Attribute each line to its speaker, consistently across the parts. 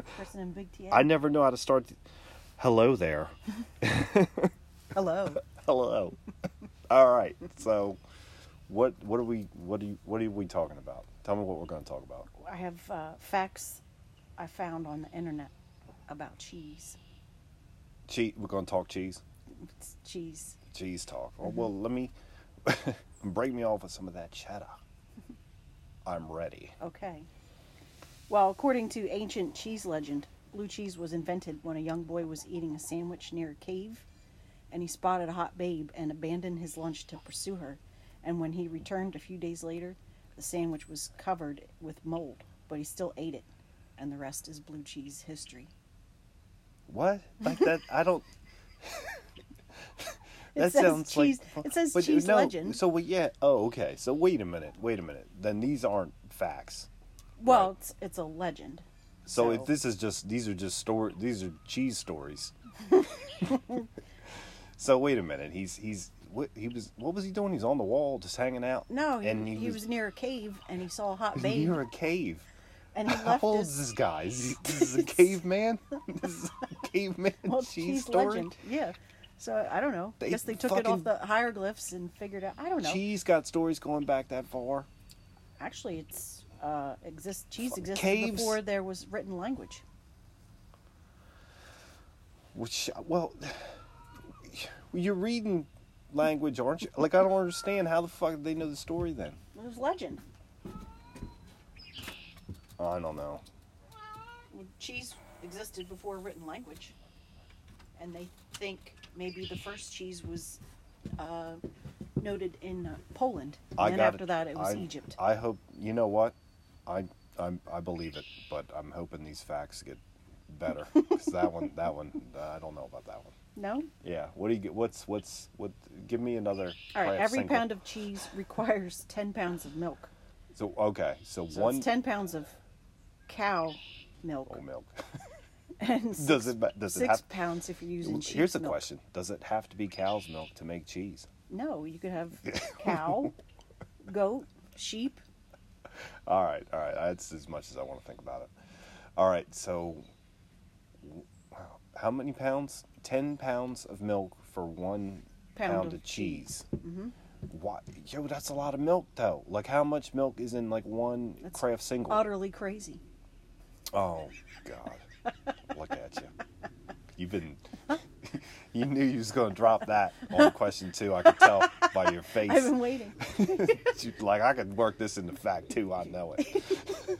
Speaker 1: person in big TA.
Speaker 2: I never know how to start. th- Hello there.
Speaker 1: Hello.
Speaker 2: Hello. All right. So, what what are we what do you, what are we talking about? Tell me what we're going to talk about.
Speaker 1: I have uh, facts I found on the internet about cheese.
Speaker 2: Cheese. We're going to talk cheese.
Speaker 1: It's cheese.
Speaker 2: Cheese talk. Oh, well,
Speaker 1: Mm-hmm.
Speaker 2: let me break me off with some of that cheddar. I'm ready.
Speaker 1: Okay. Well, according to ancient cheese legend, blue cheese was invented when a young boy was eating a sandwich near a cave and he spotted a hot babe and abandoned his lunch to pursue her. And when he returned a few days later, the sandwich was covered with mold, but he still ate it. And the rest is blue cheese history.
Speaker 2: What? Like that? I don't.
Speaker 1: It says cheese- it says cheese legend.
Speaker 2: So we yeah. Oh, okay. So wait a minute. Wait a minute. Then these aren't facts.
Speaker 1: Well,
Speaker 2: Right.
Speaker 1: it's, it's a legend.
Speaker 2: So,
Speaker 1: So-
Speaker 2: if this is just these are just story these are cheese stories. so wait a minute. He's he's what he was what was he doing? He's on the wall just hanging out.
Speaker 1: No, he,
Speaker 2: and
Speaker 1: he, was, near a cave and he saw a hot
Speaker 2: he's
Speaker 1: babe
Speaker 2: near a cave.
Speaker 1: and he
Speaker 2: How
Speaker 1: left
Speaker 2: old is
Speaker 1: his
Speaker 2: this guy? Is he, this is a caveman. this is a caveman
Speaker 1: well,
Speaker 2: cheese, story.
Speaker 1: legend. Yeah. So I don't know. I
Speaker 2: They
Speaker 1: guess they took it off
Speaker 2: fucking-
Speaker 1: the hieroglyphs and figured out. I don't know.
Speaker 2: Cheese got stories going back that far.
Speaker 1: Actually, it's uh, exist. Cheese
Speaker 2: Fuck,
Speaker 1: existed
Speaker 2: caves.
Speaker 1: before there was written language.
Speaker 2: Which well, you're reading language, aren't you? Like I don't understand how the fuck did they know the story then.
Speaker 1: It was legend.
Speaker 2: I don't know.
Speaker 1: Well, Cheese existed before written language, and they think maybe the first cheese was uh, noted in uh, Poland. And then
Speaker 2: got
Speaker 1: after that, it was
Speaker 2: I-
Speaker 1: Egypt.
Speaker 2: I hope you know what, I I I believe it, but I'm hoping these facts get better because that one that one uh, I don't know about that one.
Speaker 1: no.
Speaker 2: Yeah, what do you get? What's what's what? Give me another.
Speaker 1: All right.
Speaker 2: craft
Speaker 1: Every
Speaker 2: single.
Speaker 1: pound of cheese requires ten pounds of milk.
Speaker 2: So okay, so,
Speaker 1: So
Speaker 2: one
Speaker 1: it's 10 pounds of cow milk
Speaker 2: oh, milk.
Speaker 1: and six,
Speaker 2: does it ma- does it
Speaker 1: six
Speaker 2: have-
Speaker 1: pounds if you're using sheep
Speaker 2: Here's the
Speaker 1: milk.
Speaker 2: question: Does it have to be cow's milk to make cheese?
Speaker 1: No, you could have cow, goat, sheep.
Speaker 2: All right, all right. That's as much as I want to think about it. All right, so w- how many pounds? Ten pounds of milk for one
Speaker 1: Pound
Speaker 2: pound,
Speaker 1: of Mm-hmm.
Speaker 2: of, cheese. Why, yo, that's a lot of milk though. Like, how much milk is in like one
Speaker 1: That's
Speaker 2: craft single?
Speaker 1: Utterly crazy.
Speaker 2: Oh God, look at you. You've been. you knew you was gonna drop that on question two. I could tell by your face.
Speaker 1: I've been waiting.
Speaker 2: You- like I could work this into fact too. I know it.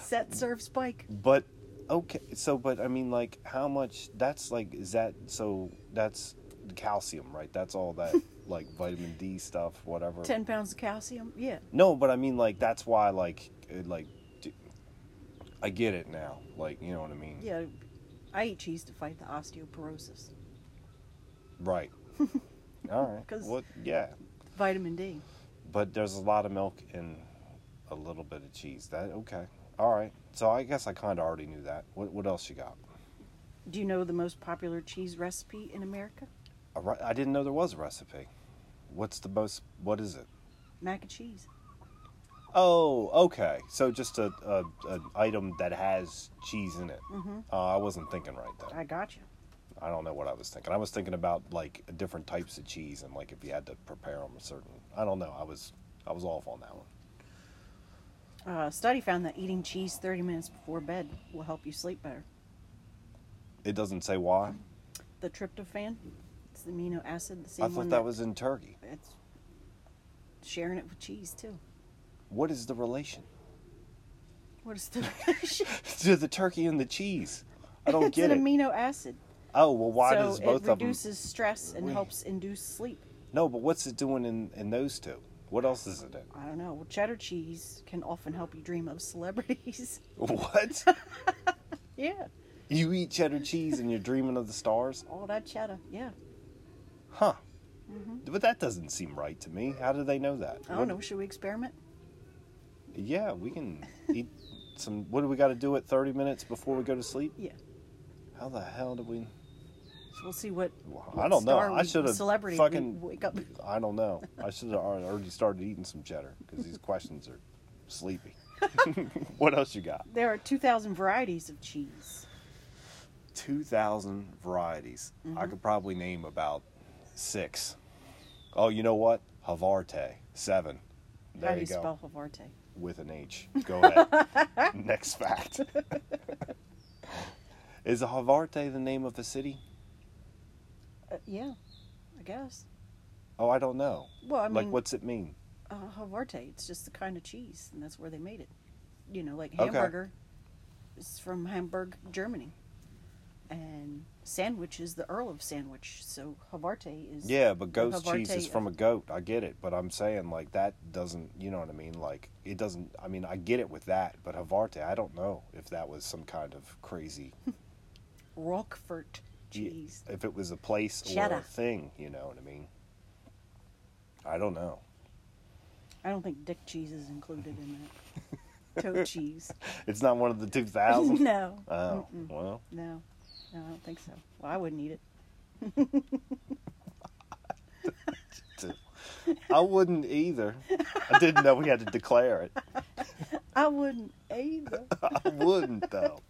Speaker 1: Set, serve, spike.
Speaker 2: But okay, so but I mean, like, how much? That's like, is that so? That's calcium, right? That's all that like vitamin D stuff, whatever.
Speaker 1: 10 pounds of calcium. Yeah.
Speaker 2: No, but I mean, like, that's why, like, it, like, d- I get it now. Like, you know what I mean?
Speaker 1: Yeah. I eat cheese to fight the osteoporosis.
Speaker 2: Right. all right.
Speaker 1: 'Cause-
Speaker 2: What? Yeah.
Speaker 1: Vitamin D.
Speaker 2: But there's a lot of milk in a little bit of cheese. That okay? All right. So I guess I kind of already knew that. What? What else you got?
Speaker 1: Do you know the most popular cheese recipe in America?
Speaker 2: A re- I didn't know there was a recipe. What's the most? What is it?
Speaker 1: Mac and cheese.
Speaker 2: Oh, okay. So just a, a an item that has cheese in it. Mm-hmm. Uh, I wasn't thinking right then.
Speaker 1: I got you.
Speaker 2: I don't know what I was thinking. I was thinking about like different types of cheese and like if you had to prepare them a certain. I don't know. I was I was off on that one.
Speaker 1: Uh, a study found that eating cheese 30 minutes before bed will help you sleep better.
Speaker 2: It doesn't say why.
Speaker 1: the tryptophan. It's the amino acid, the same
Speaker 2: I thought
Speaker 1: one
Speaker 2: that was in Turkey.
Speaker 1: it's sharing it with cheese too.
Speaker 2: What is the relation
Speaker 1: What is the relation?
Speaker 2: to the turkey and the cheese? I don't
Speaker 1: it's
Speaker 2: get
Speaker 1: an
Speaker 2: it.
Speaker 1: amino acid.
Speaker 2: Oh well, why
Speaker 1: so
Speaker 2: does both
Speaker 1: it
Speaker 2: of them?
Speaker 1: reduces stress and
Speaker 2: Wait.
Speaker 1: helps induce sleep.
Speaker 2: No, but what's it doing in in those two? What else is it in?
Speaker 1: I don't know. Well, cheddar cheese can often help you dream of celebrities.
Speaker 2: What?
Speaker 1: yeah,
Speaker 2: you eat cheddar cheese and you're dreaming of the stars?
Speaker 1: all that cheddar. Yeah,
Speaker 2: Huh. But that doesn't seem right to me. How do they know that?
Speaker 1: Mm-hmm. I
Speaker 2: What-
Speaker 1: don't know. Should we experiment?
Speaker 2: Yeah, we can eat some. What do we got to do at 30 minutes before we go to sleep?
Speaker 1: Yeah,
Speaker 2: How the hell do we.
Speaker 1: so we'll see what.
Speaker 2: Well,
Speaker 1: what
Speaker 2: I don't know.
Speaker 1: star
Speaker 2: I
Speaker 1: we-
Speaker 2: should have
Speaker 1: celebrity we
Speaker 2: fucking-
Speaker 1: wake up.
Speaker 2: I don't know. I should have already started eating some cheddar because these questions are sleepy. what else you got?
Speaker 1: There are 2,000 varieties of cheese.
Speaker 2: 2,000 varieties. I
Speaker 1: Mm-hmm.
Speaker 2: could probably name about six. Oh, you know what? Havarte, seven. There
Speaker 1: How do you,
Speaker 2: go.
Speaker 1: spell Havarte?
Speaker 2: With an H. Go ahead. Next fact. Is Havarte the name of a city?
Speaker 1: Uh, yeah, I guess.
Speaker 2: Oh, I don't know.
Speaker 1: Well, I
Speaker 2: like,
Speaker 1: mean,
Speaker 2: what's it mean?
Speaker 1: uh, Havarte, it's just the kind of cheese, and that's where they made it. You know, like
Speaker 2: Okay.
Speaker 1: hamburger is from Hamburg, Germany. And sandwich is the Earl of Sandwich, so Havarte is.
Speaker 2: Yeah, but
Speaker 1: the
Speaker 2: goat's cheese is
Speaker 1: Havarte
Speaker 2: from a goat. I get it, but I'm saying like that doesn't, you know what I mean? Like it doesn't. I mean, I get it with that, but Havarte, I don't know if that was some kind of crazy,
Speaker 1: Roquefort cheese.
Speaker 2: if it was a place or a
Speaker 1: Cheddar.
Speaker 2: thing. You know what I mean? I don't know.
Speaker 1: I don't think dick cheese is included in that. Toe cheese.
Speaker 2: It's not one of the two thousand.
Speaker 1: no.
Speaker 2: Oh
Speaker 1: Mm-mm.
Speaker 2: well,
Speaker 1: No. No, I don't think so. Well, I wouldn't eat it.
Speaker 2: t- I wouldn't either. I didn't know we had to declare it.
Speaker 1: I wouldn't either.
Speaker 2: I wouldn't though.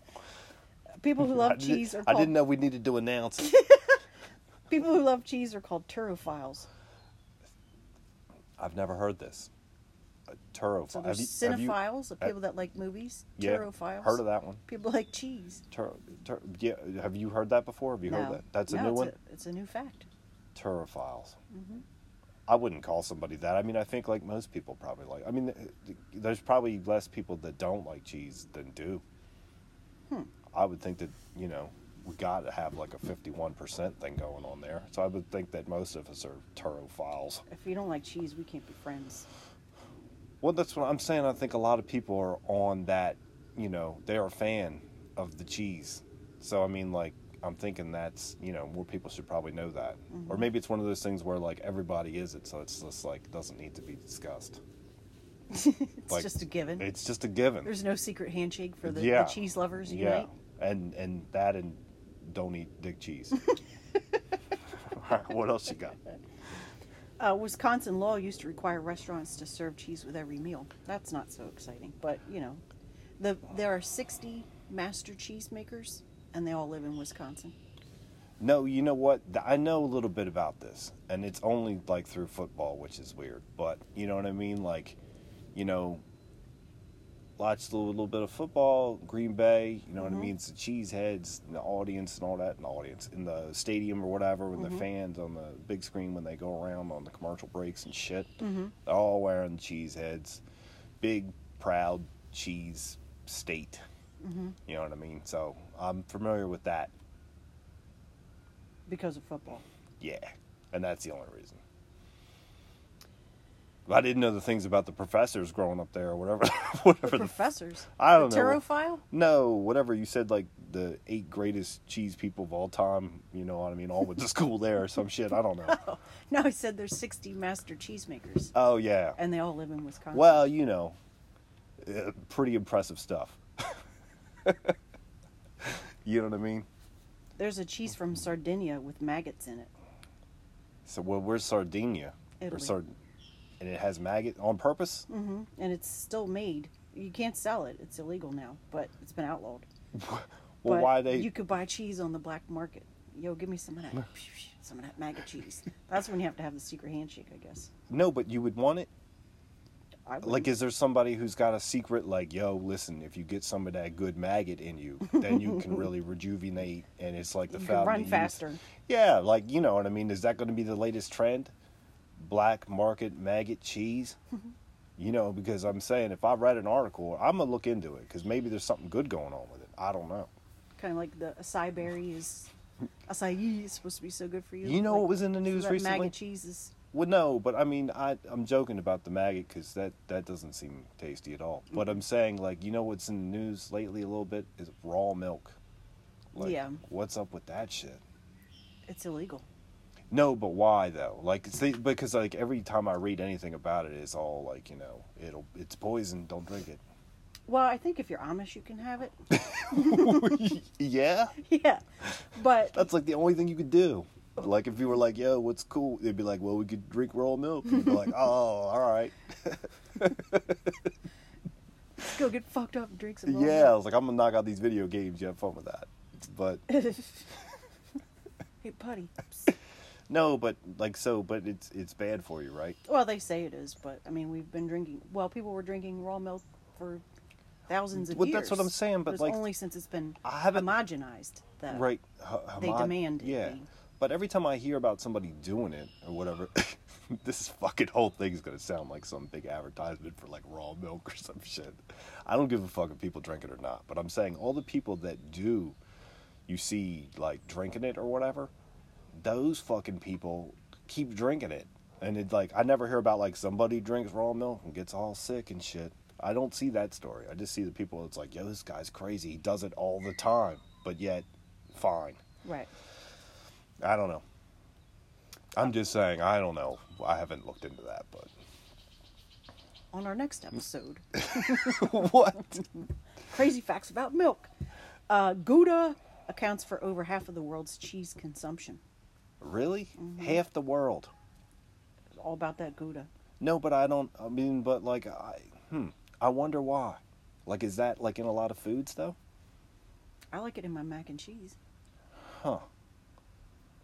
Speaker 1: People who
Speaker 2: I
Speaker 1: love
Speaker 2: did-
Speaker 1: cheese are
Speaker 2: I
Speaker 1: called
Speaker 2: didn't know we needed to announce it.
Speaker 1: people who love cheese are called turophiles.
Speaker 2: I've never heard this. A turophile.
Speaker 1: So there's
Speaker 2: Have you- have you-
Speaker 1: cinephiles, the people that like movies.
Speaker 2: Yeah,
Speaker 1: Turophiles.
Speaker 2: heard of that one?
Speaker 1: People like cheese.
Speaker 2: Tur- tur- yeah, have you heard that before? Have you heard that? That's a
Speaker 1: No,
Speaker 2: new
Speaker 1: it's
Speaker 2: one.
Speaker 1: it's a new fact.
Speaker 2: Turophiles. I wouldn't call somebody that. I mean, I think like most people probably like. I mean, th- th- there's probably less people that don't like cheese than do. I would think that you know we got to have like a 51% thing going on there. So I would think that most of us are turophiles.
Speaker 1: If you don't like cheese, we can't be friends.
Speaker 2: Well, that's what I'm saying. I think a lot of people are on that, you know, they're a fan of the cheese. So, I mean, like, I'm thinking that's, you know, more people should probably know that. Or
Speaker 1: Mm-hmm.
Speaker 2: maybe it's one of those things where, like, everybody is it. So it's just, like, doesn't need to be discussed.
Speaker 1: It's
Speaker 2: Like,
Speaker 1: just a given.
Speaker 2: It's just a given.
Speaker 1: There's no secret handshake for the, the
Speaker 2: Yeah.
Speaker 1: cheese lovers
Speaker 2: yeah.
Speaker 1: unite.
Speaker 2: And, and that and don't eat dick cheese. All right, what else you got?
Speaker 1: Uh, Wisconsin law used to require restaurants to serve cheese with every meal. That's not so exciting, but you know, the there are 60 master cheesemakers, and they all live in Wisconsin.
Speaker 2: No, you know what? Th- I know a little bit about this, and it's only like through football, which is weird. But you know what I mean? Like, you know, watched a little bit of football, Green Bay. You know what I mean? It's the cheeseheads and the audience and all that, and the audience in the stadium or whatever, with the fans on the big screen when they go around on the commercial breaks and shit. They're all wearing cheeseheads, big proud cheese state. You know what I mean? So I'm familiar with that.
Speaker 1: because of football.
Speaker 2: Yeah, and that's the only reason. I didn't know the things about the professors growing up there or whatever.
Speaker 1: The
Speaker 2: whatever. The,
Speaker 1: professors.
Speaker 2: I don't
Speaker 1: the
Speaker 2: know.
Speaker 1: Turophile?
Speaker 2: no, whatever you said, like the eight greatest cheese people of all time. You know what I mean? All went to school there or some shit. I don't know.
Speaker 1: No, I said there's 60 master cheesemakers,
Speaker 2: Oh yeah.
Speaker 1: and they all live in Wisconsin.
Speaker 2: Well, you know, uh, pretty impressive stuff. you know what I mean?
Speaker 1: There's a cheese from Sardinia with maggots in it.
Speaker 2: So well, where's Sardinia or
Speaker 1: Italy.
Speaker 2: Sard? And it has maggot on purpose.
Speaker 1: hmm And it's still made. You can't sell it. It's illegal now, but it's been outlawed.
Speaker 2: Well,
Speaker 1: but
Speaker 2: why they?
Speaker 1: You could buy cheese on the black market. Yo, give me some of that, some of that maggot cheese. That's when you have to have the secret handshake, I guess.
Speaker 2: No, but you would want it.
Speaker 1: I would.
Speaker 2: Like, is there somebody who's got a secret? Like, yo, listen, if you get some of that good maggot in you, then you can really rejuvenate, and it's like the
Speaker 1: You can
Speaker 2: fountain.
Speaker 1: run
Speaker 2: of youth.
Speaker 1: faster.
Speaker 2: Yeah, like you know what I mean. Is that going to be the latest trend? Black market maggot cheese. you know, because I'm saying if I read an article, I'm gonna look into it because maybe there's something good going on with it. I don't know.
Speaker 1: kind of like the acai berry is acai is supposed to be so good for you.
Speaker 2: You know
Speaker 1: Like,
Speaker 2: what was in the
Speaker 1: so
Speaker 2: news
Speaker 1: that
Speaker 2: recently?
Speaker 1: Maggot cheese is
Speaker 2: Well, no, but I mean, I I'm joking about the maggot because that that doesn't seem tasty at all. But I'm saying like, you know what's in the news lately a little bit is raw milk. Like,
Speaker 1: Yeah.
Speaker 2: What's up with that shit?
Speaker 1: it's illegal.
Speaker 2: No, but why though? Like, see, because like every time I read anything about it, it's all like you know, it'll it's poison. Don't drink it.
Speaker 1: Well, I think if you're Amish, you can have it.
Speaker 2: yeah,
Speaker 1: yeah, but
Speaker 2: that's like the only thing you could do. Like if you were like, yo, what's cool? They'd be like, well, we could drink raw milk. And you'd be like, oh, all right.
Speaker 1: go get fucked up and drink some. Long
Speaker 2: yeah, I was like, I'm gonna knock out these video games. You have fun with that. But
Speaker 1: Island. hey, putty.
Speaker 2: no, but like so, but it's it's bad for you, right?
Speaker 1: Well, they say it is, but I mean, we've been drinking. Well, people were drinking raw milk for thousands of
Speaker 2: Well,
Speaker 1: years.
Speaker 2: that's what I'm saying, but,
Speaker 1: it's
Speaker 2: like,
Speaker 1: only since it's been
Speaker 2: I haven't-
Speaker 1: homogenized that
Speaker 2: Right. h-
Speaker 1: They
Speaker 2: Hamad-
Speaker 1: demand it
Speaker 2: Yeah.
Speaker 1: be.
Speaker 2: But every time I hear about somebody doing it or whatever, this fucking whole thing is gonna sound like some big advertisement for like raw milk or some shit. I don't give a fuck if people drink it or not. But I'm saying all the people that do, you see like drinking it or whatever, those fucking people keep drinking it. And it's like I never hear about like somebody drinks raw milk and gets all sick and shit. I don't see that story. I just see the people that's like, yo, this guy's crazy. He does it all the time, but yet, fine.
Speaker 1: Right.
Speaker 2: I don't know. I'm just saying, I don't know. I haven't looked into that, but
Speaker 1: On our next episode,
Speaker 2: what?
Speaker 1: crazy facts about milk. Uh, Gouda accounts for over half of the world's cheese consumption.
Speaker 2: Really? Half the world.
Speaker 1: It's all about that Gouda.
Speaker 2: No, but I don't. I mean, but like, I hmm. I wonder why. Like, is that like in a lot of foods though?
Speaker 1: I like it in my mac and cheese.
Speaker 2: Huh?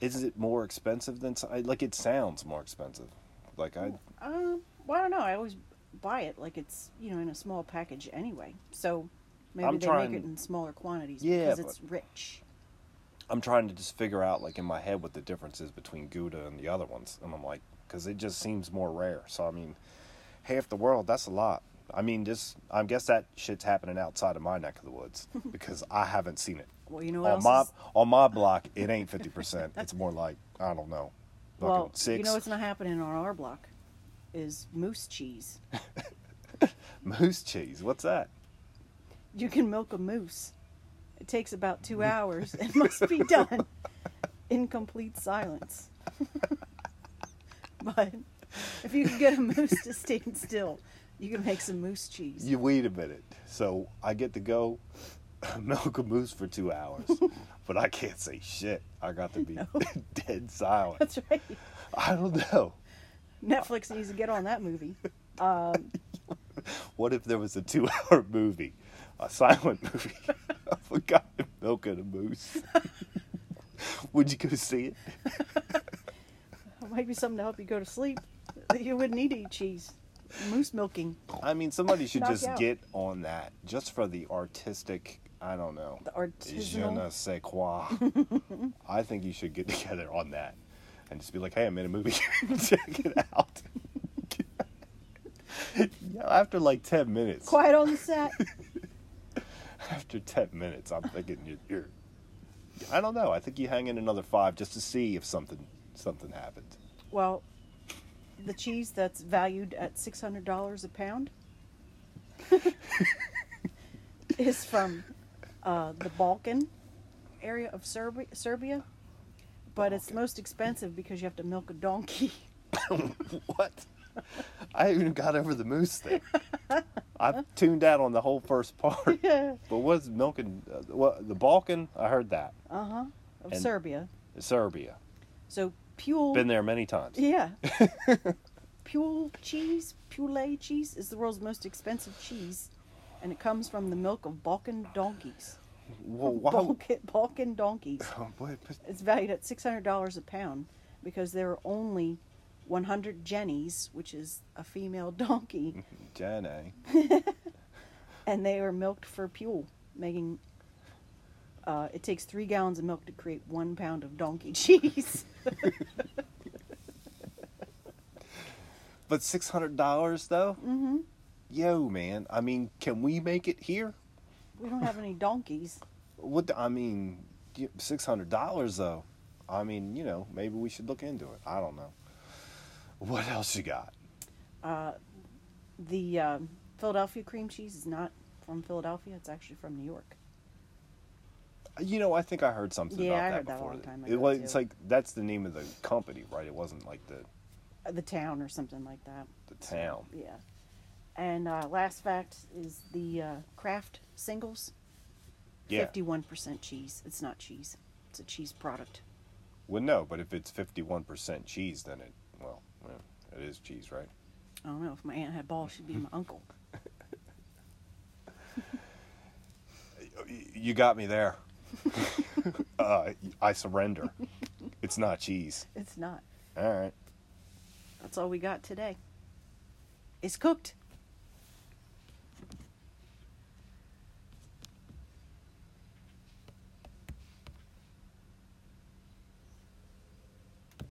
Speaker 2: Is it more expensive than so- I- like it sounds more expensive? Like I
Speaker 1: Um, well, I don't know. I always buy it like it's you know in a small package anyway. So maybe
Speaker 2: I'm
Speaker 1: they
Speaker 2: trying-
Speaker 1: make it in smaller quantities
Speaker 2: Yeah,
Speaker 1: because it's rich.
Speaker 2: I'm trying to just figure out like in my head what the difference is between Gouda and the other ones, and I'm like, because it just seems more rare. So I mean, half the world, that's a lot. I mean, just I guess that shit's happening outside of my neck of the woods because I haven't seen it.
Speaker 1: Well, you know what
Speaker 2: on
Speaker 1: else
Speaker 2: Oh, my
Speaker 1: is-
Speaker 2: on my block, it ain't fifty percent. It's more like I don't know, fucking
Speaker 1: well,
Speaker 2: six
Speaker 1: you know what's not happening on our block is moose cheese.
Speaker 2: moose cheese. What's that?
Speaker 1: you can milk a moose. It takes about two hours and must be done in complete silence. but if you can get a moose to stand still, you can make some moose cheese.
Speaker 2: You wait a minute. So I get to go milk a moose for two hours, but I can't say shit. I got to be dead silent.
Speaker 1: That's right.
Speaker 2: I don't know.
Speaker 1: Netflix needs to get on that movie.
Speaker 2: What if there was a two hour movie, a silent movie of a guy milking a moose? Would you go see it?
Speaker 1: It might be something to help you go to sleep. You wouldn't need to eat cheese. Moose milking,
Speaker 2: I mean, somebody should
Speaker 1: Knock
Speaker 2: just
Speaker 1: out.
Speaker 2: get on that just for the artistic, I don't know,
Speaker 1: the artisanal.
Speaker 2: je ne sais quoi. I think you should get together on that and just be like, hey, I'm in a movie. Check it out. yeah, after like 10 minutes,
Speaker 1: Quiet on the set.
Speaker 2: after 10 minutes, I'm thinking you're, you're. I don't know. I think you hang in another five just to see if something something happens.
Speaker 1: Well, the cheese that's valued at six hundred dollars a pound is from uh, the Balkan area of Serbi- Serbia, but it's most expensive because you have to milk a donkey.
Speaker 2: what? I even got over the moose thing. I tuned out on the whole first part.
Speaker 1: uh
Speaker 2: But what's milking? Uh, what the Balkan? I heard that
Speaker 1: huh. Of
Speaker 2: And-
Speaker 1: Serbia,
Speaker 2: Serbia.
Speaker 1: so Pule.
Speaker 2: Been there many times.
Speaker 1: Yeah. Pule cheese, Pule cheese is the world's most expensive cheese, and it comes from the milk of Balkan donkeys.
Speaker 2: Well, why?
Speaker 1: Balkan, Balkan donkeys.
Speaker 2: Oh, boy, but-
Speaker 1: It's valued at six hundred dollars a pound because there are only one hundred jennies, which is a female donkey,
Speaker 2: Jenny.
Speaker 1: and they are milked for fuel, making. Uh, it takes three gallons of milk to create one pound of donkey cheese.
Speaker 2: But six hundred dollars though. Mm-hmm. Yo, man. I mean, can we make it here?
Speaker 1: we don't have any donkeys.
Speaker 2: What the- I mean, six hundred dollars though. I mean, you know, maybe we should look into it. I don't know. What else you got?
Speaker 1: The um, Philadelphia cream cheese is not from Philadelphia; it's actually from New York.
Speaker 2: You know, I think I heard something
Speaker 1: Yeah,
Speaker 2: about
Speaker 1: I
Speaker 2: that
Speaker 1: heard that a
Speaker 2: before.
Speaker 1: long time
Speaker 2: It
Speaker 1: ago,
Speaker 2: was- it's
Speaker 1: too.
Speaker 2: like that's the name of the company, right? It wasn't like the
Speaker 1: Uh, The town or something like that.
Speaker 2: the town.
Speaker 1: Yeah. And uh, last fact is the uh, Kraft singles.
Speaker 2: Yeah.
Speaker 1: Fifty-one percent cheese. It's not cheese. It's a cheese product.
Speaker 2: Well, no, but if it's fifty-one percent cheese, then it well, yeah, it is cheese, right?
Speaker 1: I don't know if my aunt had balls, she'd be my uncle.
Speaker 2: Oh, you got me there. uh, I surrender. It's not cheese.
Speaker 1: It's not.
Speaker 2: All right.
Speaker 1: That's all we got today. It's cooked.